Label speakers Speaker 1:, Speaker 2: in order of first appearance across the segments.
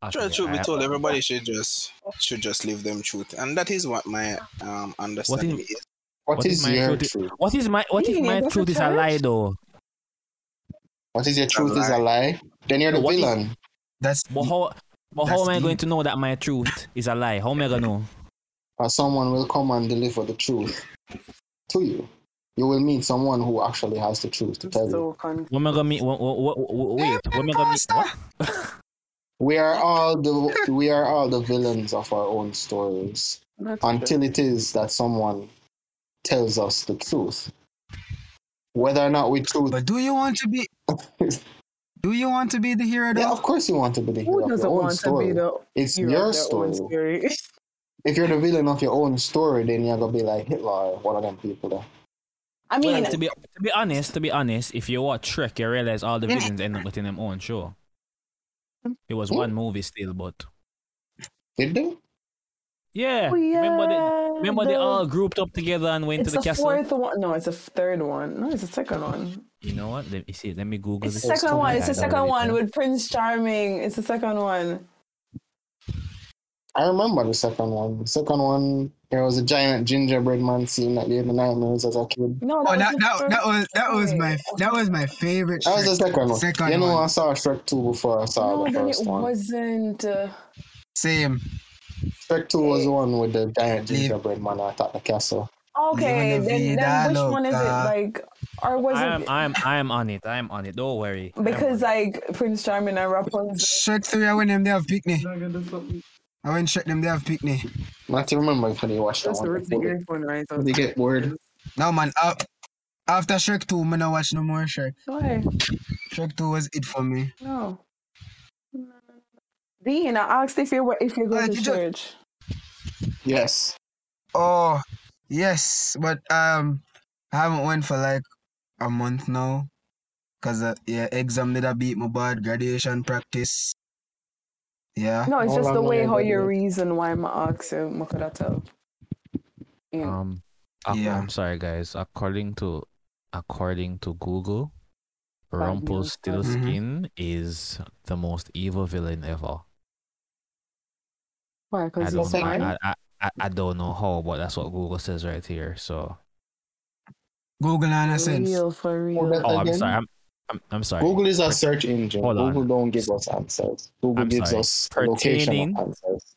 Speaker 1: I
Speaker 2: True,
Speaker 1: think
Speaker 2: truth be
Speaker 1: I-
Speaker 2: told, everybody should just should just live them truth, and that is what my um understanding is.
Speaker 1: What
Speaker 3: what is,
Speaker 1: is my
Speaker 3: your
Speaker 1: truth?
Speaker 3: truth?
Speaker 1: What is my what if
Speaker 4: Really?
Speaker 1: my
Speaker 4: That's a
Speaker 1: truth is a lie
Speaker 4: challenge?
Speaker 1: though?
Speaker 3: What is your truth is a lie? Then you're the
Speaker 1: What is-
Speaker 3: villain.
Speaker 5: That's
Speaker 1: But how but how
Speaker 5: That's
Speaker 1: am I
Speaker 5: deep.
Speaker 1: going to know that my truth is a lie? How am I gonna know?
Speaker 3: Or someone will come and deliver the truth to you. You will meet someone who actually has the truth to
Speaker 4: I'm
Speaker 3: tell you.
Speaker 4: so confused.
Speaker 1: What am I gonna meet? What, what, what, what, wait, what am I gonna meet? What?
Speaker 3: We are all the we are all the villains of our own stories
Speaker 4: Not
Speaker 3: until it is that someone tells us the truth. Whether or not we truth
Speaker 5: But do you want to be? do you want to be the hero?
Speaker 3: Yeah,
Speaker 5: Though?
Speaker 3: of course you want to be the hero
Speaker 4: Who
Speaker 3: of
Speaker 4: doesn't
Speaker 3: your own
Speaker 4: want
Speaker 3: story.
Speaker 4: to be the
Speaker 3: it's
Speaker 4: hero
Speaker 3: your
Speaker 4: of their
Speaker 3: story.
Speaker 4: own story?
Speaker 3: If you're the villain of your own story, then you're gonna be like Hitler or one of them people there.
Speaker 4: I mean,
Speaker 1: Well, to be to be honest, to be honest, if you watch Trek, you realize all the
Speaker 5: Yeah.
Speaker 1: villains end up getting them own show. It was
Speaker 3: Hmm?
Speaker 1: one movie still, but
Speaker 3: Did they?
Speaker 1: yeah,
Speaker 4: we
Speaker 1: remember they
Speaker 4: are
Speaker 1: remember they
Speaker 4: Oh, the-
Speaker 1: all grouped up together and went
Speaker 4: It's
Speaker 1: to the
Speaker 4: the
Speaker 1: castle.
Speaker 4: fourth one. No, it's the third one. No, it's the second one.
Speaker 1: You know what? Let me see. Let me Google
Speaker 4: It's the
Speaker 1: this. Oh,
Speaker 4: second one. It's the
Speaker 1: I
Speaker 4: second
Speaker 1: already
Speaker 4: one
Speaker 1: know.
Speaker 4: with Prince Charming. It's the second one.
Speaker 3: I remember the second one. The second one, there was a giant gingerbread man scene that gave me nightmares as a kid.
Speaker 4: No,
Speaker 5: Oh,
Speaker 4: was
Speaker 5: that,
Speaker 4: the
Speaker 5: that, that
Speaker 4: first
Speaker 5: was that was
Speaker 4: one.
Speaker 5: my that was my favorite.
Speaker 3: That was the
Speaker 5: Shrek.
Speaker 3: second one.
Speaker 5: Second
Speaker 3: you know,
Speaker 5: one.
Speaker 3: I saw Shrek 2 before I saw
Speaker 4: No,
Speaker 3: Oh, the
Speaker 4: then it
Speaker 3: first one.
Speaker 4: wasn't. Uh,
Speaker 5: Same.
Speaker 3: Shrek 2 was the one with the giant
Speaker 5: Leave-
Speaker 3: gingerbread man that attacked the castle.
Speaker 4: okay,
Speaker 5: Leona
Speaker 4: then, then which
Speaker 5: Vidal,
Speaker 4: one is it?
Speaker 5: uh,
Speaker 4: Like, or was
Speaker 1: I'm
Speaker 4: it
Speaker 1: I'm I'm on it. I'm on it. Don't worry. I'm
Speaker 4: because
Speaker 1: on it.
Speaker 4: like Prince Charming and Rapunzel?
Speaker 5: Shrek three. I went them. They have picnic. I went Shrek them. They have picnic.
Speaker 3: Not to remember if you watched that one. before
Speaker 4: earphone right
Speaker 3: They they get bored.
Speaker 5: No man. Up. After Shrek two, man, I watch no more Shrek.
Speaker 4: Why?
Speaker 5: Shrek two was it for me.
Speaker 4: No. Dean, I asked if you were if you go
Speaker 5: Uh,
Speaker 4: to
Speaker 5: you just-
Speaker 4: church.
Speaker 3: Yes.
Speaker 5: Oh yes, but um, I haven't went for like a month now, cause uh, yeah, exam did I beat my bad graduation practice. Yeah.
Speaker 4: No, it's
Speaker 3: Hold
Speaker 4: just the
Speaker 3: on,
Speaker 4: way
Speaker 3: Leona
Speaker 4: how you
Speaker 3: Vidal.
Speaker 4: reason why I'm asking. What could I tell? Yeah.
Speaker 1: Um, ac-
Speaker 5: Yeah.
Speaker 1: I'm sorry, guys. According to according to Google,
Speaker 4: Bad news, bad news.
Speaker 1: Rumpelstiltskin
Speaker 3: Mm-hmm.
Speaker 1: is the most evil villain ever.
Speaker 4: Why?
Speaker 1: I
Speaker 4: Because
Speaker 1: don't
Speaker 4: it's
Speaker 1: know.
Speaker 4: mine.
Speaker 1: I, I, I, I don't know how, but that's what Google says right here. So,
Speaker 5: Google
Speaker 4: For
Speaker 5: nonsense.
Speaker 4: real, for
Speaker 3: Oh,
Speaker 4: real.
Speaker 3: that-
Speaker 1: oh, I'm
Speaker 3: Again?
Speaker 1: sorry. I'm, I'm, I'm sorry.
Speaker 3: Google is a search engine.
Speaker 1: Hold on.
Speaker 3: Google don't give us answers. Google
Speaker 1: I'm
Speaker 3: gives
Speaker 1: sorry.
Speaker 3: us location
Speaker 1: Pertaining-
Speaker 3: of answers.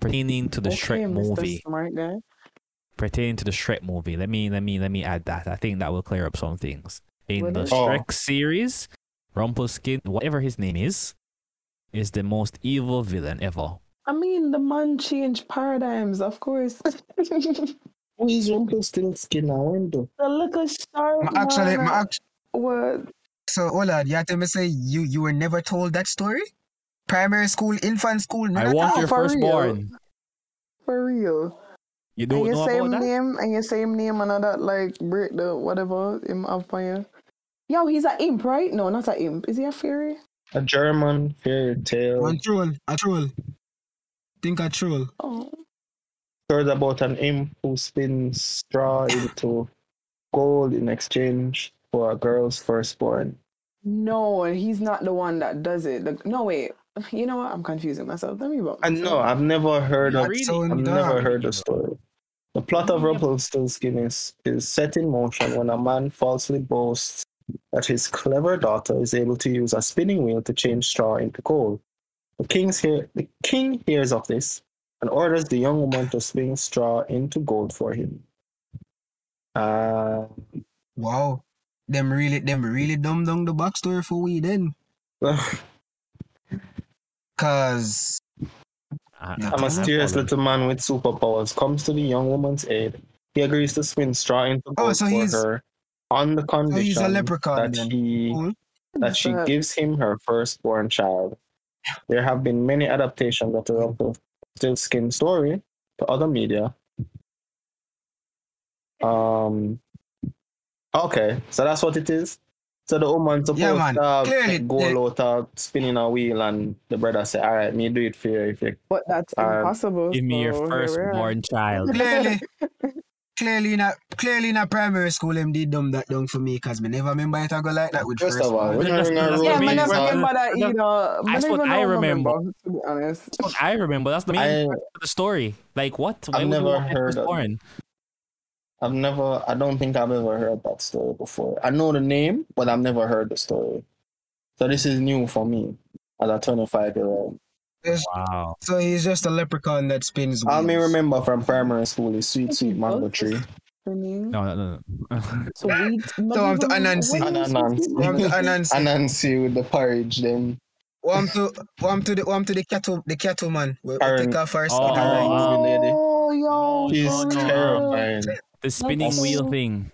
Speaker 1: Pertaining to the Shrek
Speaker 4: Mr.
Speaker 1: movie.
Speaker 4: Smart guy.
Speaker 1: Pertaining to the Shrek movie. Let me, let me, let me add that. I think that will clear up some things in
Speaker 4: Will
Speaker 1: the
Speaker 4: it?
Speaker 3: Oh.
Speaker 1: Shrek series. Rumpelstiltskin, whatever his name is, is the most evil villain ever.
Speaker 4: I mean, the man changed paradigms, of course. the
Speaker 3: Who is Rumpelstiltskin now? When do-
Speaker 4: little shark.
Speaker 5: My actually,
Speaker 4: man
Speaker 5: my act-
Speaker 4: was-
Speaker 5: so hold on. You have to me say you you were never told that story. Primary school, infant school. none
Speaker 1: I
Speaker 5: of
Speaker 1: want
Speaker 4: no,
Speaker 1: your
Speaker 4: for real.
Speaker 1: firstborn.
Speaker 4: for real.
Speaker 1: You
Speaker 4: and
Speaker 1: don't
Speaker 4: your
Speaker 1: know
Speaker 4: same
Speaker 1: about that?
Speaker 4: name and your same name and all that like break the whatever him have for you. Yo, he's an imp, right? No, not an imp. Is he a fairy?
Speaker 3: A German fairy
Speaker 5: that.
Speaker 3: tale
Speaker 5: One troll, a troll. Think a troll.
Speaker 4: Oh,
Speaker 3: stories about an imp who spins straw into gold in exchange for a girl's firstborn.
Speaker 4: no, he's not the one that does it. The- no, wait. You know what? I'm confusing myself. Let me vote.
Speaker 3: I know I've never heard of.
Speaker 5: That's so
Speaker 3: I've
Speaker 5: dumb.
Speaker 3: never heard the story. The plot of Rumpelstiltskin is, is set in motion when a man falsely boasts that his clever daughter is able to use a spinning wheel to change straw into gold. The king's hear, the king hears of this and orders the young woman to spin straw into gold for him. Uh,
Speaker 5: Wow. Them really, them really dumb down the backstory for we then. Cause
Speaker 1: I-
Speaker 5: Yeah.
Speaker 1: I-
Speaker 5: I'm
Speaker 3: A
Speaker 5: a
Speaker 1: I'm
Speaker 3: mysterious
Speaker 1: following.
Speaker 3: little man with superpowers comes to the young woman's aid. He agrees to spin straw into gold
Speaker 5: Oh, so
Speaker 3: for
Speaker 5: he's-
Speaker 3: her on the condition
Speaker 5: leprechaun
Speaker 3: that
Speaker 5: then.
Speaker 3: he
Speaker 5: Cool.
Speaker 3: that she
Speaker 4: But-
Speaker 3: gives him her firstborn child. There have been many adaptations of the Rumpelstiltskin story to other media. Um. Okay, so that's what it is. So the woman supposed
Speaker 5: Yeah, man.
Speaker 3: to have
Speaker 5: Clearly,
Speaker 3: goal out of spinning a wheel, and the brother say, "All right, me do it for you if you
Speaker 4: But that's
Speaker 3: Um,
Speaker 4: impossible.
Speaker 1: Give me your
Speaker 4: so here we are.
Speaker 1: firstborn child.
Speaker 5: clearly, Clearly not clearly not primary school them did dumb that down for me cause me never remember it I go like that with
Speaker 3: First
Speaker 5: first,
Speaker 3: of all,
Speaker 5: one.
Speaker 3: we're not
Speaker 1: That's-
Speaker 3: going to
Speaker 1: that's what I
Speaker 3: roll
Speaker 4: Yeah, I
Speaker 1: mean,
Speaker 4: never
Speaker 1: so-
Speaker 4: remember that
Speaker 1: no,
Speaker 4: either. No,
Speaker 1: that's what I remember.
Speaker 4: To be honest,
Speaker 1: I remember. That's the main
Speaker 3: I,
Speaker 1: part of the story. Like what?
Speaker 3: I've
Speaker 1: would you
Speaker 3: never
Speaker 1: want that
Speaker 3: heard
Speaker 1: first
Speaker 3: of-
Speaker 1: born?
Speaker 3: I've never, I don't think I've ever heard that story before. I know the name, but I've never heard the story. So this is new for me as a 25 year old.
Speaker 1: Wow.
Speaker 5: So he's just a leprechaun that spins
Speaker 3: All me
Speaker 5: wheels.
Speaker 3: remember from primary school is Sweet Sweet Mango Tree.
Speaker 4: Spinning.
Speaker 1: No, no, no.
Speaker 4: So we.
Speaker 5: So I'm to Anansi. Warm to
Speaker 3: Anansi.
Speaker 5: Anansi.
Speaker 3: Anansi with the porridge, then
Speaker 5: Warm to warm to the warm to the cattle the cattle man. We we
Speaker 3: Karen.
Speaker 5: take off our
Speaker 1: Oh,
Speaker 5: skin.
Speaker 1: wow.
Speaker 3: lady.
Speaker 4: Oh, yo,
Speaker 3: he's
Speaker 1: no, no.
Speaker 3: terrifying.
Speaker 1: the spinning
Speaker 4: That's-
Speaker 1: wheel thing.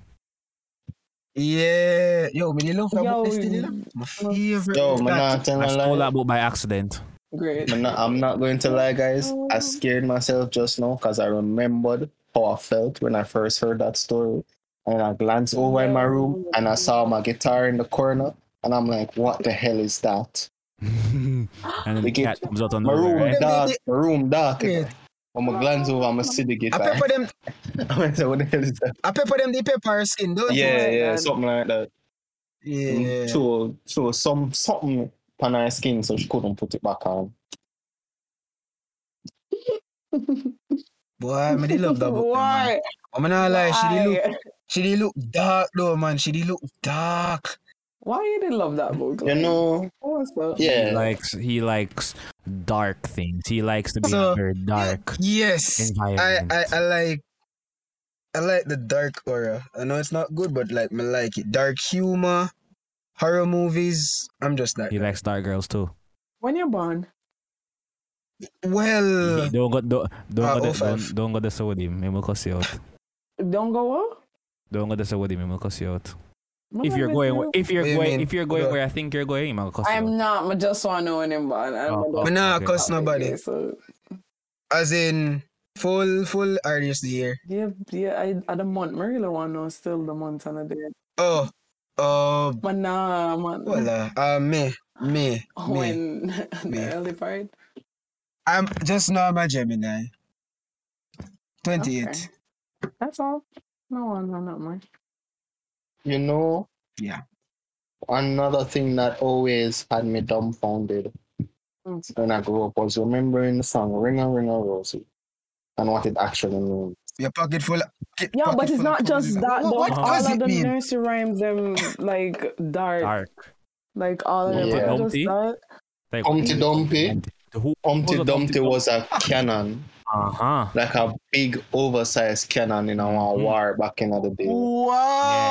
Speaker 5: Yeah. Yo, when you love that
Speaker 4: Yo,
Speaker 5: book, this thing, you know, my favorite.
Speaker 3: Yo,
Speaker 5: book,
Speaker 3: man,
Speaker 5: that-
Speaker 3: nah, tell
Speaker 1: I
Speaker 3: a
Speaker 1: stole
Speaker 3: lie.
Speaker 1: that book by accident.
Speaker 4: Great.
Speaker 3: I'm not, I'm not going to lie, guys. I
Speaker 4: Oh.
Speaker 3: scared myself just now because I remembered how I felt when I first heard that story. And I glanced over in my room and I saw my guitar in the corner. And I'm like, what the hell is that?
Speaker 1: and then the
Speaker 3: They
Speaker 1: cat
Speaker 3: get-
Speaker 1: comes out on
Speaker 3: My room
Speaker 1: the
Speaker 3: dark, my room dark.
Speaker 5: Yeah.
Speaker 3: I'm going to glance over, I'm going to see the
Speaker 5: I
Speaker 3: guitar.
Speaker 5: pepper them
Speaker 3: I'm going to say, what the hell is that?
Speaker 5: I pepper them the pepper skin, don't you?
Speaker 3: Yeah,
Speaker 4: like
Speaker 3: yeah,
Speaker 4: that.
Speaker 3: something like that.
Speaker 5: Yeah.
Speaker 3: So, so some, something on her skin so she couldn't put it back on.
Speaker 5: Boy, me they love that book. Man.
Speaker 4: Why?
Speaker 5: I'm not lie, she they look
Speaker 4: Why?
Speaker 5: she they look dark though, man. She they look dark.
Speaker 4: Why you didn't love that book?
Speaker 3: You know,
Speaker 4: Awesome.
Speaker 1: He
Speaker 3: yeah.
Speaker 1: likes he likes dark things. He likes to be in a
Speaker 5: So-
Speaker 1: very dark
Speaker 5: Yes. I,
Speaker 1: environment.
Speaker 5: I I like I like the dark aura. I know it's not good, but like me like it. Dark humor, horror movies. I'm just like
Speaker 1: he likes dark girls too.
Speaker 4: When you're born,
Speaker 5: well.
Speaker 1: don't go don't don't,
Speaker 5: Ah,
Speaker 1: go the, don't
Speaker 5: 05.
Speaker 1: don't go this with him. It will cuss you out.
Speaker 4: don't go up.
Speaker 1: Don't go this with him. It will cuss you out. If you're going if you're
Speaker 5: What do you
Speaker 1: going
Speaker 5: mean?
Speaker 1: if you're going
Speaker 5: Yeah.
Speaker 1: where I think you're going, it will cuss you out.
Speaker 4: I'm not. I just want to know when you're born. I'm
Speaker 1: Oh,
Speaker 5: Me
Speaker 1: okay,
Speaker 5: nah
Speaker 1: okay.
Speaker 5: cuss nobody.
Speaker 4: So
Speaker 5: As in full full artist the year.
Speaker 4: yeah, yeah. I at the month. I really want to know still the month and the day.
Speaker 5: Oh, uh,
Speaker 4: But nah, man.
Speaker 5: well, uh, uh, me, me,
Speaker 4: Oh,
Speaker 5: me.
Speaker 4: when the
Speaker 5: me.
Speaker 4: early part.
Speaker 5: I'm just normal Gemini. 28.
Speaker 4: Okay. That's all. No one, no, not more.
Speaker 3: You know?
Speaker 5: Yeah.
Speaker 3: Another thing that always had me dumbfounded
Speaker 4: Mm.
Speaker 3: when I grew up was remembering the song Ring a Ring a Rosie and what it actually means.
Speaker 5: Your pocket full of. pocket-
Speaker 4: Yeah, but
Speaker 5: pocket
Speaker 4: it's
Speaker 5: full of
Speaker 4: not just
Speaker 5: puppies.
Speaker 4: that.
Speaker 5: What,
Speaker 4: though.
Speaker 5: what
Speaker 1: all
Speaker 5: does
Speaker 4: all
Speaker 5: it
Speaker 4: of the
Speaker 5: mean?
Speaker 4: nursery rhymes, them like dark,
Speaker 1: Dark.
Speaker 4: like all of them.
Speaker 3: Yeah.
Speaker 4: not just
Speaker 1: Humpty?
Speaker 4: that.
Speaker 1: Like,
Speaker 3: Humpty Dumpty.
Speaker 1: Who? Who's
Speaker 3: Humpty
Speaker 1: a Humpty
Speaker 3: Dumpty was a cannon,
Speaker 1: Uh huh.
Speaker 3: like a big oversized cannon in our
Speaker 1: Mhm.
Speaker 3: war back in the day.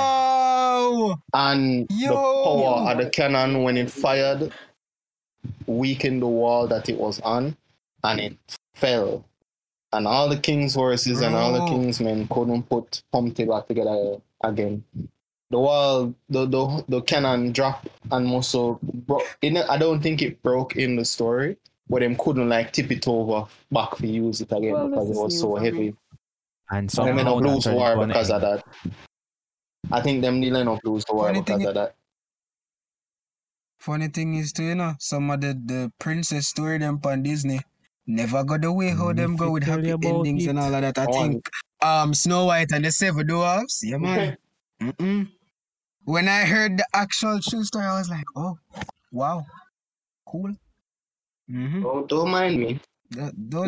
Speaker 5: Wow!
Speaker 3: And the
Speaker 5: Yo!
Speaker 3: power of the cannon when it fired weakened the wall that it was on and it fell. And all the king's horses and all the
Speaker 5: Bro.
Speaker 3: king's men couldn't put Humpty back together again. The wall, the the, the cannon dropped and muscle broke. It, I don't think it broke in the story, but them couldn't like tip it over back to use it again
Speaker 4: Well,
Speaker 3: because
Speaker 4: this
Speaker 3: it
Speaker 4: is
Speaker 3: was
Speaker 4: new
Speaker 3: so
Speaker 4: for me.
Speaker 3: heavy.
Speaker 1: And
Speaker 3: So them end
Speaker 1: somehow
Speaker 3: up
Speaker 1: that
Speaker 3: lose
Speaker 1: turned
Speaker 3: war
Speaker 1: into an
Speaker 3: because of
Speaker 1: egg.
Speaker 3: that. I think them did end up lose the war
Speaker 5: Funny
Speaker 3: because
Speaker 5: thing
Speaker 3: of that.
Speaker 5: Funny thing is, too, you know, some of the, the princess story them on Disney never got away how them
Speaker 1: If
Speaker 5: go
Speaker 1: you
Speaker 5: with
Speaker 1: tell
Speaker 5: happy
Speaker 1: you about
Speaker 5: endings and
Speaker 1: it.
Speaker 5: all of that. I
Speaker 3: Oh,
Speaker 5: think um Snow White and the Seven Dwarfs. Yeah, man. Mm-mm. When I heard the actual true story, I was like, oh, wow, cool. Mm-hmm.
Speaker 3: Don't, Oh, don't mind me.
Speaker 5: Those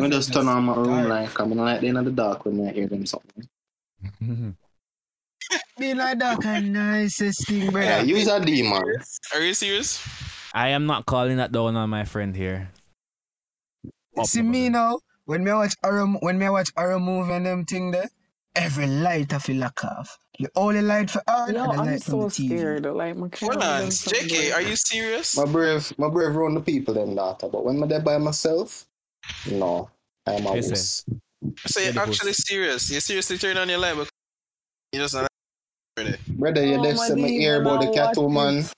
Speaker 3: Let me
Speaker 5: are
Speaker 3: just turn on my room
Speaker 5: dark.
Speaker 3: light. I'm gonna light the end of the dark when I hear them something.
Speaker 5: Be like that kind nicest thing, brother.
Speaker 3: Yeah, use a demon.
Speaker 2: Are you serious?
Speaker 1: I am not calling that down on my friend here. Up
Speaker 5: See
Speaker 1: above
Speaker 5: me
Speaker 1: it.
Speaker 5: now. When me watch horror, mo- when me watch horror movie and them thing there, every light I feel like off. The only light for art
Speaker 4: Yo,
Speaker 5: and the
Speaker 4: I'm
Speaker 5: light from
Speaker 4: so
Speaker 5: the TV.
Speaker 4: scared. Like, my camera
Speaker 2: Orlans,
Speaker 4: doesn't
Speaker 2: JK,
Speaker 4: work.
Speaker 2: are you serious?
Speaker 3: My brave, my brave run the people them data, but when I'm there by myself, no, I am a
Speaker 1: Listen.
Speaker 3: wuss.
Speaker 2: So you're actually serious? You're seriously turning on your light because you just not ready.
Speaker 3: Brother, you
Speaker 4: Oh,
Speaker 3: left
Speaker 4: my
Speaker 3: some me hear
Speaker 4: demon,
Speaker 3: about the
Speaker 4: I
Speaker 3: cattle
Speaker 4: watch
Speaker 3: man.
Speaker 4: it.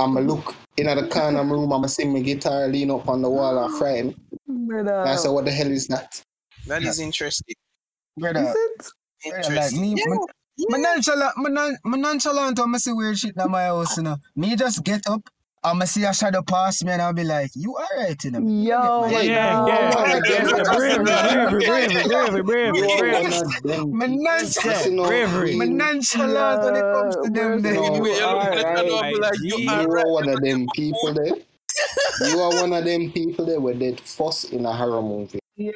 Speaker 3: I'ma look in at the corner of my room, I'ma see my guitar lean up on the wall and fry him.
Speaker 4: Brother,
Speaker 3: And I said, What the hell is that?
Speaker 2: That is interesting.
Speaker 5: Brother,
Speaker 4: is it?
Speaker 5: brother, like
Speaker 2: Interesting.
Speaker 5: me, my- my nonchalant, my non- my nonchalant, I'm see weird shit in my house, you know. Me just get up I'ma see a shadow pass me and I'll be like, you alright, you know.
Speaker 4: Yo,
Speaker 5: Yeah,
Speaker 4: my
Speaker 5: yeah,
Speaker 4: God.
Speaker 5: yeah, yeah.
Speaker 3: one of them.
Speaker 5: My nonchalant,
Speaker 3: Listen, oh,
Speaker 1: bravery.
Speaker 5: my nonchalant when it comes to them.
Speaker 4: Yeah,
Speaker 5: then.
Speaker 3: we're-
Speaker 2: You are
Speaker 1: right.
Speaker 2: like, you
Speaker 3: You
Speaker 2: are
Speaker 3: are
Speaker 2: right.
Speaker 3: one of them people there. You are one of them people there where they fuss in a horror movie.
Speaker 4: Yo.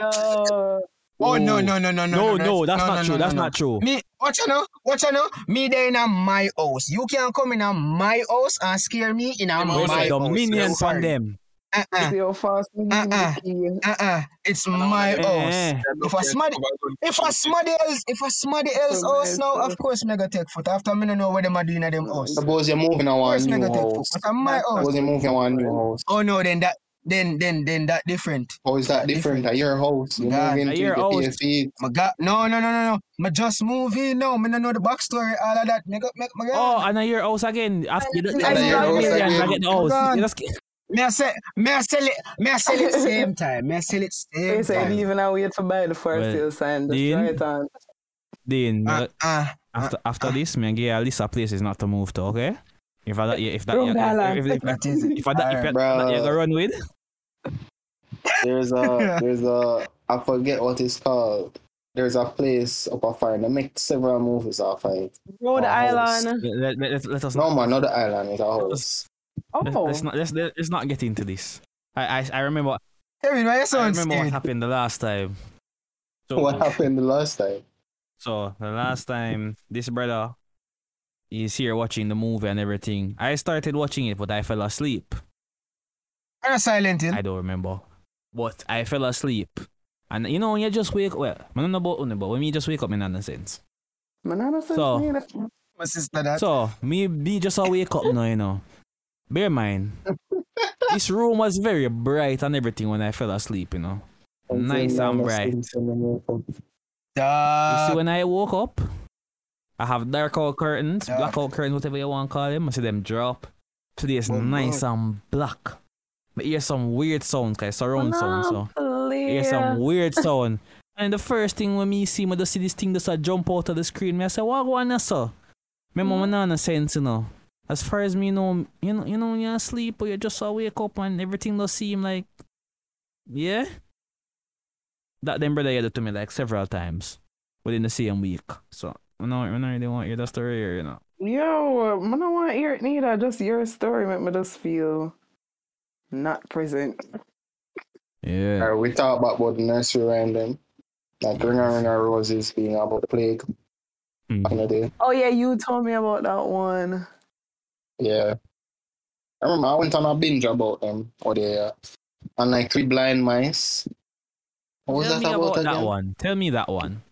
Speaker 5: Oh no
Speaker 3: Ooh.
Speaker 5: no no
Speaker 1: No,
Speaker 5: no no
Speaker 1: no, that's
Speaker 5: no,
Speaker 1: not
Speaker 5: no,
Speaker 1: true.
Speaker 5: no,
Speaker 1: That's
Speaker 5: no.
Speaker 1: not true.
Speaker 5: Me, what you know? What you know? Me there in a my house. You can't come in a my house and scare me in a
Speaker 2: In my
Speaker 5: my
Speaker 1: There's a
Speaker 5: house.
Speaker 1: dominion from them.
Speaker 5: Uh uh
Speaker 4: See how fast we leave
Speaker 5: Uh-uh.
Speaker 4: it here.
Speaker 5: uh uh. It's my house.
Speaker 1: Eh,
Speaker 5: If I smart, if I somebody else, if I somebody else
Speaker 4: Somebody
Speaker 5: house now,
Speaker 4: else.
Speaker 5: of course me go take foot. After me no know what them are doing at them house. Of
Speaker 3: Suppose you're moving to a
Speaker 5: course me
Speaker 3: new
Speaker 5: go take foot.
Speaker 3: house.
Speaker 5: But at my house.
Speaker 3: Suppose you're moving to a new house.
Speaker 5: Oh no, then that, then then then that different.
Speaker 3: How is that different? At your house, you're
Speaker 5: God,
Speaker 3: moving
Speaker 1: at
Speaker 3: to
Speaker 1: your
Speaker 3: your
Speaker 1: house.
Speaker 3: PFE.
Speaker 5: My God, no no no no no. Me just move in now. Me no know the backstory, all of that. Me go, me, me go.
Speaker 1: Oh, and now your house again. After you don't-
Speaker 4: I
Speaker 1: after
Speaker 4: love
Speaker 1: you
Speaker 4: it.
Speaker 1: don't- I get the house.
Speaker 5: Run.
Speaker 1: You just-
Speaker 5: May I sell, may I sell it, may I sell it same time, may I sell it
Speaker 4: They
Speaker 5: same
Speaker 4: said
Speaker 5: time.
Speaker 4: even I wait to buy the first
Speaker 1: Well,
Speaker 4: sale sign. Just
Speaker 1: Dean?
Speaker 4: try it on.
Speaker 1: Then
Speaker 5: Uh, uh,
Speaker 1: after after this, me and give you a list of places not to move to. Okay. If I that if that
Speaker 4: Wrong
Speaker 1: if,
Speaker 4: island.
Speaker 1: if, if,
Speaker 5: that is it.
Speaker 1: if I that if I,
Speaker 5: Alright.
Speaker 1: that you gonna run with,
Speaker 3: There's a there's a I forget what it's called. There's a place up a fire. They make several movies off of it.
Speaker 4: Rhode
Speaker 3: Or house.
Speaker 4: Island.
Speaker 1: let, let, let, let us
Speaker 3: No
Speaker 1: not.
Speaker 3: man, not the island, it's a house.
Speaker 1: Let's,
Speaker 4: Oh,
Speaker 1: let's not let's, let's not get into this. I I, I remember
Speaker 5: Kevin, why you
Speaker 1: I
Speaker 5: sound
Speaker 1: remember what
Speaker 5: scared?
Speaker 1: happened the last time. So,
Speaker 3: What happened the last time?
Speaker 1: so the last time this brother is here watching the movie and everything. I started watching it, but I fell asleep.
Speaker 5: Are you silent in?
Speaker 1: I don't remember. But I fell asleep. And you know, when you just wake well, I don't know about uni, but when you just wake up, in nonsense.
Speaker 4: banana says
Speaker 1: So.
Speaker 4: me that-
Speaker 5: My sister that.
Speaker 1: So, me, me just a wake up now, you know. Bear in mind, this room was very bright and everything when I fell asleep, you know. Nice and bright. You see,
Speaker 5: Dog.
Speaker 1: when I woke up, I have dark out curtains,
Speaker 5: Yeah.
Speaker 1: black out curtains, whatever you want to call them. I see them drop. Place
Speaker 5: Oh,
Speaker 1: nice and er black. But hear some weird sounds, guys, surround sound. So
Speaker 4: Monopoly.
Speaker 1: hear some weird sound. And the first thing when me see, me just see this thing just a jump out of the screen. Me I say, what going on, sir? Me mama
Speaker 4: Mm.
Speaker 1: nah no sense, you know. As far as me know, you know, you know, when you're asleep or you just a wake up and everything does seem like, yeah. That then brother had it to me like several times within the same week. So I know, I know they want to hear that story here, you know.
Speaker 4: Yo, I don't want to hear it neither. Just your story make me just feel not present.
Speaker 1: Yeah.
Speaker 3: Alright, we talk about what the nursery rhyme them. Like Ring Ring Roses being about the plague on the day.
Speaker 4: Oh yeah, you told me about that one.
Speaker 3: Yeah. I remember I went on a binge about them or they uh, and like three blind mice. What was
Speaker 1: Tell
Speaker 3: that
Speaker 1: me
Speaker 3: about,
Speaker 1: about that
Speaker 3: again?
Speaker 1: one. Tell me that one.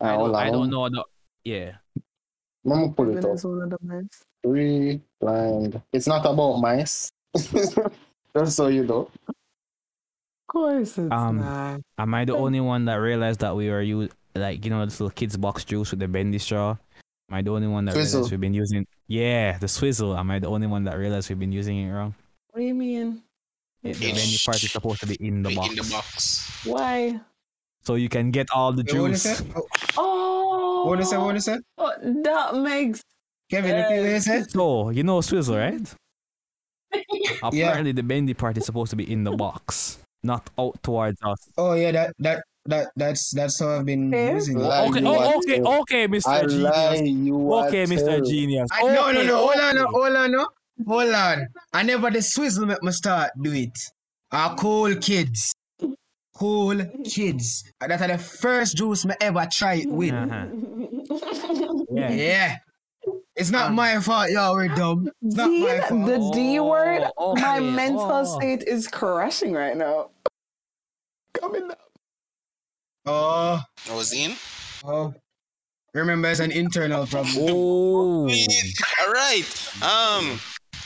Speaker 3: Ah,
Speaker 1: I
Speaker 3: hold
Speaker 1: don't, I
Speaker 3: on.
Speaker 1: don't know. the- Yeah.
Speaker 3: Let me pull it
Speaker 4: Even
Speaker 3: up.
Speaker 4: is one of the best.
Speaker 3: Three blind. It's not about mice. Just so you know.
Speaker 4: Of course, it's
Speaker 1: Um,
Speaker 4: not.
Speaker 1: Am I the only one that realized that we were you like you know this little kids box juice with the bendy straw? Am I the only one that
Speaker 3: Swizzle.
Speaker 1: realized we've been using? Yeah, the swizzle. Am I the only one that realized we've been using it wrong?
Speaker 4: What do you mean?
Speaker 1: Yeah, the
Speaker 2: It's-
Speaker 1: bendy part is supposed to be in the
Speaker 2: Be
Speaker 1: box,
Speaker 2: in the box.
Speaker 4: Why?
Speaker 1: so you can get all the
Speaker 5: What you say?
Speaker 1: juice.
Speaker 5: Oh,
Speaker 4: Oh,
Speaker 5: What you say? What you say?
Speaker 4: oh, that makes
Speaker 5: Kevin, you feel what you say?
Speaker 1: So you know swizzle, right?
Speaker 5: Yeah.
Speaker 1: Apparently, the bendy part is supposed to be in the box, not out towards us.
Speaker 5: Oh yeah, that that that that's that's how I've been
Speaker 4: Eh?
Speaker 5: using it.
Speaker 3: Lie,
Speaker 1: Okay,
Speaker 3: you
Speaker 1: oh,
Speaker 3: are
Speaker 1: okay,
Speaker 3: terrible.
Speaker 1: okay, Mr.
Speaker 3: I lie,
Speaker 1: Genius.
Speaker 3: you are
Speaker 1: Okay, Mr.
Speaker 3: terrible.
Speaker 1: Genius.
Speaker 5: Oh, I, no no
Speaker 1: Okay,
Speaker 5: no, hold on,
Speaker 1: okay.
Speaker 5: no, hold on, no, hold on. I never the swizzle make me start do it. I cool kids. Cool kids. That are the first juice me ever try it with.
Speaker 1: Uh-huh. Yeah. Um,
Speaker 5: Yeah. It's not my fault, y'all were dumb. It's not
Speaker 4: Dean,
Speaker 5: my fault.
Speaker 4: the D
Speaker 1: Oh,
Speaker 4: word. My
Speaker 1: okay.
Speaker 4: mental
Speaker 1: Oh.
Speaker 4: state is crashing right now. Coming up.
Speaker 5: Oh,
Speaker 2: I was in.
Speaker 5: oh. Remember, it's an internal problem.
Speaker 1: Oh.
Speaker 5: Hmm.
Speaker 2: All right. Um.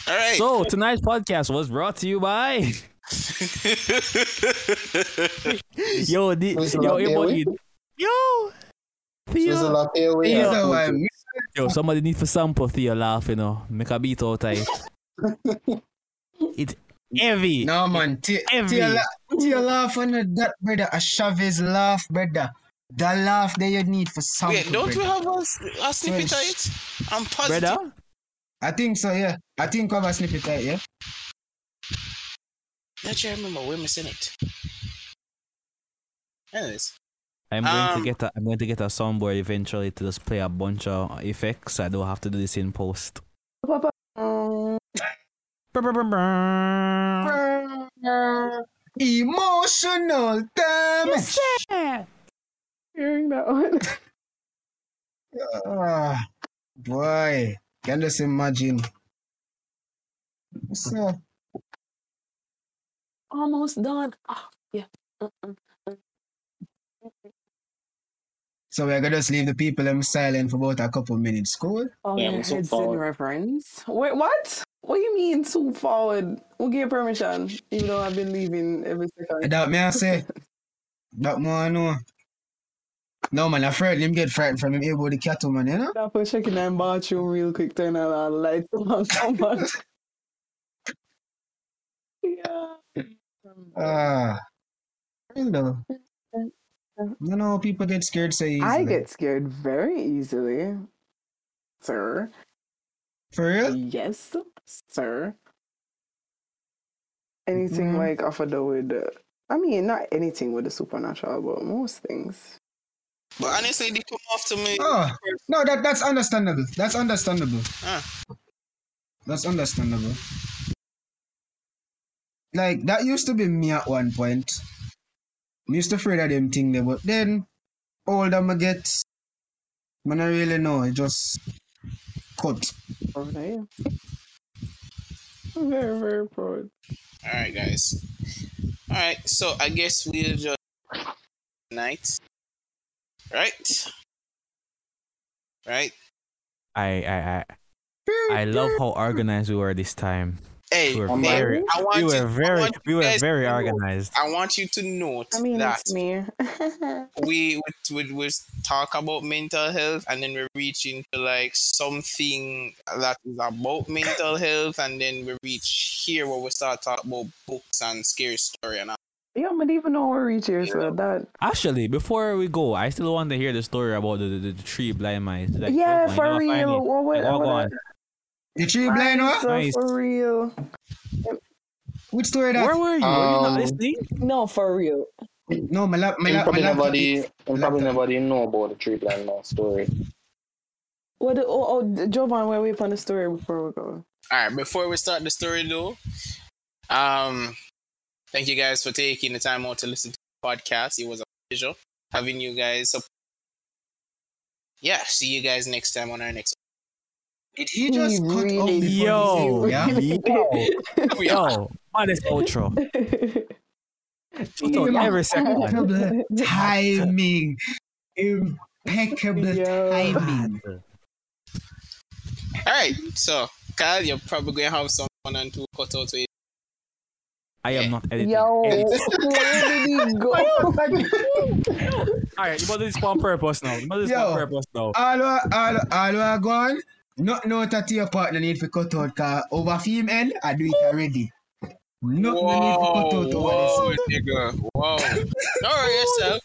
Speaker 2: All right.
Speaker 1: So tonight's podcast was brought to you by Yo, the,
Speaker 3: Who's
Speaker 1: yo,
Speaker 3: not there
Speaker 1: everybody,
Speaker 3: with?
Speaker 1: yo,
Speaker 3: Swizzle
Speaker 1: Theo,
Speaker 3: up here, we
Speaker 5: Either
Speaker 3: are.
Speaker 5: way,
Speaker 1: yo, somebody need for sample Theo laugh, you know, make a beat out of it. It's heavy.
Speaker 5: No, man. T-
Speaker 1: Every-
Speaker 5: Tia la- Tia laugh on that, brother. A Chavez laugh, brother. The laugh that you need for something.
Speaker 2: Wait, don't we
Speaker 5: brother.
Speaker 2: have a, a snippet of it? I'm positive.
Speaker 1: brother.
Speaker 5: I think so, yeah. I think cover snippet right, yeah?
Speaker 2: Don't you remember we're missing it? Anyways,
Speaker 1: I'm going
Speaker 2: Um,
Speaker 1: to get a I'm going to get a soundboard eventually to just play a bunch of effects. so I don't have to do this in post.
Speaker 4: Papa. Um,
Speaker 1: Brr-brr-brr-brr.
Speaker 5: Emotional damage.
Speaker 4: hearing that one.
Speaker 5: Ah, boy, can just imagine. So,
Speaker 4: Almost done. Ah, yeah. Mm-mm.
Speaker 5: so we're gonna just leave the people them silent for about a couple minutes. Cool.
Speaker 4: Bow
Speaker 3: Yeah,
Speaker 4: your
Speaker 3: we're so
Speaker 4: heads in
Speaker 3: forward.
Speaker 4: reverence. Wait, what? What do you mean too forward? We'll get permission, even though I've been leaving every second.
Speaker 5: That me I say. That man know. No man, I frightened him get frightened from him able the cattle man, you know?
Speaker 4: That was checking that bathroom real quick, turn on the lights on someone. yeah. Um,
Speaker 5: Ah, real though. You know, people get scared so easily.
Speaker 4: I get scared very easily, sir.
Speaker 5: for real.
Speaker 4: Yes, sir. Anything
Speaker 1: Mm-hmm.
Speaker 5: Mhm.
Speaker 4: like off of the with, uh, I mean, not anything with the supernatural, but most things.
Speaker 2: but honestly, they come after me.
Speaker 5: Oh no, that that's understandable. That's understandable.
Speaker 2: Ah.
Speaker 5: That's understandable. Like that used to be me at one point. I used to afraid of them thing there, but then older I get, man, I really know. I just cut.
Speaker 4: Proud I am. Very, very proud.
Speaker 2: All right, guys. All right, so I guess we'll just night, right? Right.
Speaker 1: I I I I love how organized we were this time.
Speaker 2: Hey,
Speaker 1: We were
Speaker 2: hey,
Speaker 1: very
Speaker 2: I want
Speaker 1: we
Speaker 2: you,
Speaker 1: were
Speaker 2: I
Speaker 1: very
Speaker 2: want you
Speaker 1: we were
Speaker 2: guys
Speaker 1: very
Speaker 2: to know-
Speaker 1: organized.
Speaker 2: I want you to note
Speaker 4: I mean,
Speaker 2: that
Speaker 4: it's me.
Speaker 2: we would would would talk about mental health, and then we reach into like something that is about mental health, and then we reach here where we start talking about books and scary story and all.
Speaker 4: yeah, but even though we're rich here, so that.
Speaker 1: Actually, before we go, I still want to hear the story about the, the, the three blind mice. Like,
Speaker 4: yeah,
Speaker 1: oh, you
Speaker 4: for
Speaker 1: know, finally.
Speaker 4: real. What would
Speaker 1: Like, oh, go
Speaker 4: what would
Speaker 1: on.
Speaker 5: The tree
Speaker 4: I-
Speaker 5: blind what?
Speaker 4: so
Speaker 1: Nice.
Speaker 4: For real.
Speaker 5: Which story that?
Speaker 1: Where were you? Were you not
Speaker 3: Um,
Speaker 1: listening?
Speaker 4: No, for real.
Speaker 5: No, my lap, my
Speaker 3: And
Speaker 5: lap, my
Speaker 3: probably
Speaker 5: lap.
Speaker 3: nobody, and probably
Speaker 5: laptop.
Speaker 3: nobody know about the tree blind mouse story.
Speaker 4: What? The, oh, oh, Jovan, where we on the story before we go?
Speaker 2: All right, before we start the story though, um, thank you guys for taking the time out to listen to the podcast. It was a pleasure having you guys. Up. Yeah, see you guys next time on our next.
Speaker 5: Did he just
Speaker 4: He
Speaker 5: cut off
Speaker 4: really-
Speaker 5: the
Speaker 1: Yo,
Speaker 5: phone? Yeah.
Speaker 1: yo,
Speaker 2: We are.
Speaker 1: yo, on this outro.
Speaker 5: Yeah.
Speaker 1: So every second one.
Speaker 5: Impeccable timing. Impeccable
Speaker 4: Yo.
Speaker 5: timing.
Speaker 2: All right, so Kyle, you're probably gonna have someone and two cut out with.
Speaker 1: I am not editing.
Speaker 4: Yo,
Speaker 1: Edit.
Speaker 4: where did he go?
Speaker 1: All right, you must do this for on purpose now. You must do this
Speaker 5: Yo.
Speaker 1: for on purpose now.
Speaker 5: all who are- all all who are gone. Not know that your partner need to cut out car over him end, I do it already. Not no need to cut out
Speaker 2: Whoa,
Speaker 5: over
Speaker 2: whoa,
Speaker 5: this.
Speaker 2: nigga, whoa! Don't worry yourself.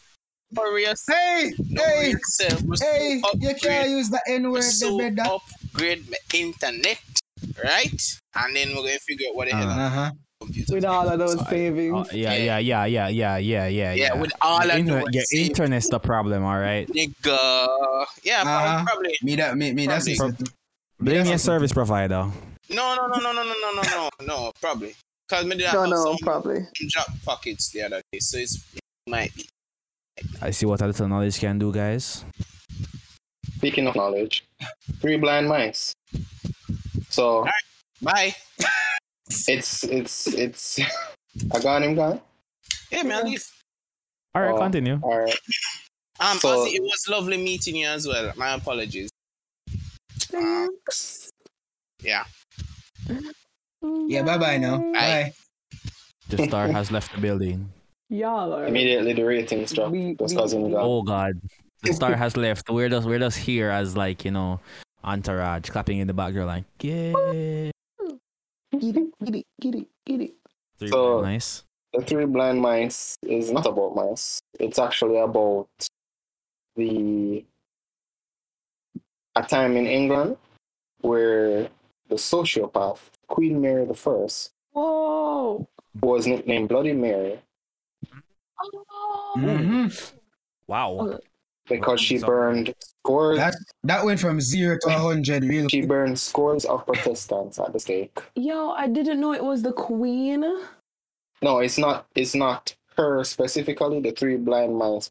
Speaker 2: Don't worry yourself.
Speaker 5: Hey,
Speaker 2: Don't worry
Speaker 5: hey,
Speaker 2: yourself. We're so
Speaker 5: hey, you can't
Speaker 2: upgrade.
Speaker 5: use the N
Speaker 2: We're
Speaker 5: word,
Speaker 2: so
Speaker 5: the better.
Speaker 2: upgrade my internet, right? And then we're gonna figure out what the hell
Speaker 5: Uh huh.
Speaker 2: computer.
Speaker 4: With all of those
Speaker 1: Sorry.
Speaker 4: savings.
Speaker 1: Uh, yeah, yeah, yeah, yeah, yeah, yeah, yeah.
Speaker 2: Yeah, with all
Speaker 1: your,
Speaker 2: I do,
Speaker 1: inter-
Speaker 2: is
Speaker 1: your
Speaker 2: say,
Speaker 1: internet's the problem. All right,
Speaker 2: nigga. Yeah,
Speaker 5: Uh-huh.
Speaker 2: prob- probably.
Speaker 5: Me that, me, me that's it.
Speaker 1: Probably. blame your service provider.
Speaker 2: No, no, no, no, no, no, no, no, no, no, probably. Cause maybe I
Speaker 4: No,
Speaker 2: have
Speaker 4: no,
Speaker 2: some
Speaker 4: probably.
Speaker 2: drop pockets the other day, so it's might be.
Speaker 1: I see what a little knowledge can do, guys.
Speaker 3: Speaking of knowledge, three blind mice. So
Speaker 2: Bye.
Speaker 3: it's it's it's. I got him, guy.
Speaker 2: Yeah, man, leave.
Speaker 1: All right,
Speaker 3: Oh.
Speaker 1: continue.
Speaker 3: All right.
Speaker 2: Um,
Speaker 3: So-
Speaker 2: Ozzy, it was lovely meeting you as well. My apologies.
Speaker 4: Thanks.
Speaker 2: Yeah.
Speaker 5: Yeah, bye bye now. Bye.
Speaker 1: The star has left the building.
Speaker 4: Y'all are.
Speaker 3: Immediately the ratings dropped
Speaker 4: We-
Speaker 3: just
Speaker 4: we-
Speaker 3: because him got.
Speaker 1: Oh God, the star has left. We're just we're just here as like you know, entourage clapping in the background like yeah.
Speaker 4: Get it, get it, get it, get it.
Speaker 1: Three
Speaker 3: So-
Speaker 1: nice.
Speaker 3: The Three Blind Mice is not about mice. It's actually about the a time in England where the sociopath, Queen Mary I,
Speaker 4: Whoa.
Speaker 3: was nicknamed Bloody Mary
Speaker 4: Oh.
Speaker 5: hmm
Speaker 1: Wow.
Speaker 3: because she
Speaker 1: So-
Speaker 3: burned scores
Speaker 5: That that went from zero to a hundred real
Speaker 3: she burned scores of Protestants at the stake.
Speaker 4: Yo, I didn't know it was the queen.
Speaker 3: No, it's not it's not her specifically, the three blind mice.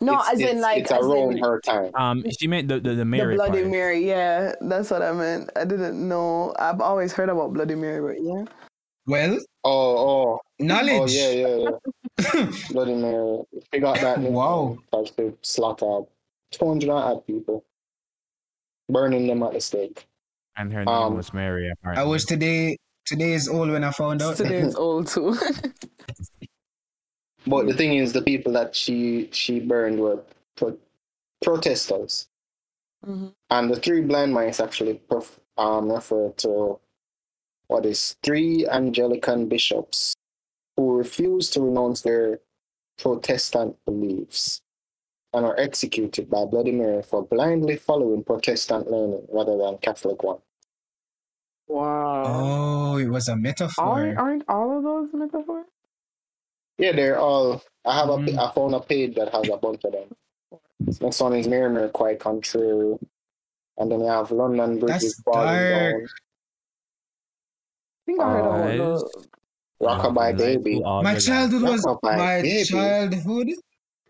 Speaker 4: No,
Speaker 3: it's,
Speaker 4: as
Speaker 3: it's,
Speaker 4: in like
Speaker 3: it's
Speaker 4: as
Speaker 3: around
Speaker 4: in
Speaker 3: her time.
Speaker 1: Um, she meant the the, the
Speaker 4: the
Speaker 1: Mary
Speaker 4: Bloody
Speaker 1: part.
Speaker 4: Mary. Yeah, that's what I meant. I didn't know. I've always heard about Bloody Mary, but yeah.
Speaker 5: well
Speaker 3: Oh, oh, oh,
Speaker 5: knowledge.
Speaker 3: yeah, yeah, yeah. Bloody Mary, she got that. nickname
Speaker 5: Wow.
Speaker 3: because She slaughtered two hundred odd people, burning them at the stake.
Speaker 1: And her name
Speaker 3: Um,
Speaker 1: was Mary.
Speaker 5: I
Speaker 1: Apparently.
Speaker 5: was today today is old when I found out. that.
Speaker 4: Today's old too.
Speaker 3: But
Speaker 5: Hmm.
Speaker 3: the thing is, the people that she she burned were pro- protesters,
Speaker 4: Mhm.
Speaker 3: and the three blind mice actually perf- um, refer to what is three Anglican bishops who refused to renounce their Protestant beliefs and are executed by Bloody Mary for blindly following Protestant learning rather than Catholic one.
Speaker 4: Wow.
Speaker 5: Oh, it was a
Speaker 4: Aren't,
Speaker 5: metaphor.
Speaker 4: aren't all of those metaphors?
Speaker 3: Yeah, they're all. I have a
Speaker 5: Mm-hmm.
Speaker 3: pa-
Speaker 1: Mm.
Speaker 3: I found a page that has a bunch of them. Next one is Mary Mary quite contrary, and then we have London Bridges
Speaker 5: That's
Speaker 3: falling
Speaker 5: dark.
Speaker 3: down,
Speaker 4: I think I heard
Speaker 3: Oh,
Speaker 1: it
Speaker 4: about
Speaker 1: is.
Speaker 4: the
Speaker 3: Rockabye Baby.
Speaker 5: My childhood was
Speaker 3: Rockabye
Speaker 5: my
Speaker 3: Baby.
Speaker 5: childhood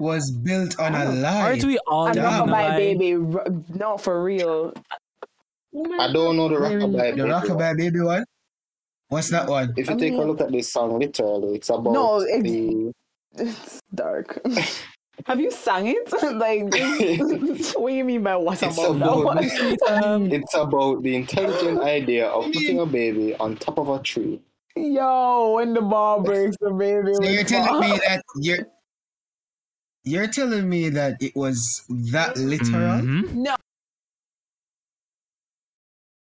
Speaker 5: was built on a lie.
Speaker 1: Aren't we all
Speaker 4: I'm
Speaker 5: Oh, Yeah.
Speaker 1: down
Speaker 4: not
Speaker 1: to
Speaker 4: by
Speaker 1: lie?
Speaker 4: baby. r- No, for real.
Speaker 3: I don't know the Rockabye
Speaker 5: The
Speaker 3: Baby. one.
Speaker 5: Rockabye Baby one. What's that one?
Speaker 3: If you
Speaker 4: I
Speaker 3: take a
Speaker 4: mean-
Speaker 3: look at this song, literally, it's about
Speaker 4: No, it's-
Speaker 3: the
Speaker 4: It's dark. Have you sang it? like, what do you mean by what's
Speaker 3: It's
Speaker 4: about that
Speaker 3: about
Speaker 4: one?
Speaker 3: it's about the intelligent idea of putting a baby on top of a tree.
Speaker 4: Yo, when the ball breaks, the baby.
Speaker 5: So
Speaker 4: will
Speaker 5: you're telling
Speaker 4: fall.
Speaker 5: me that you're you're telling me that it was that literal?
Speaker 1: Mhm.
Speaker 4: No,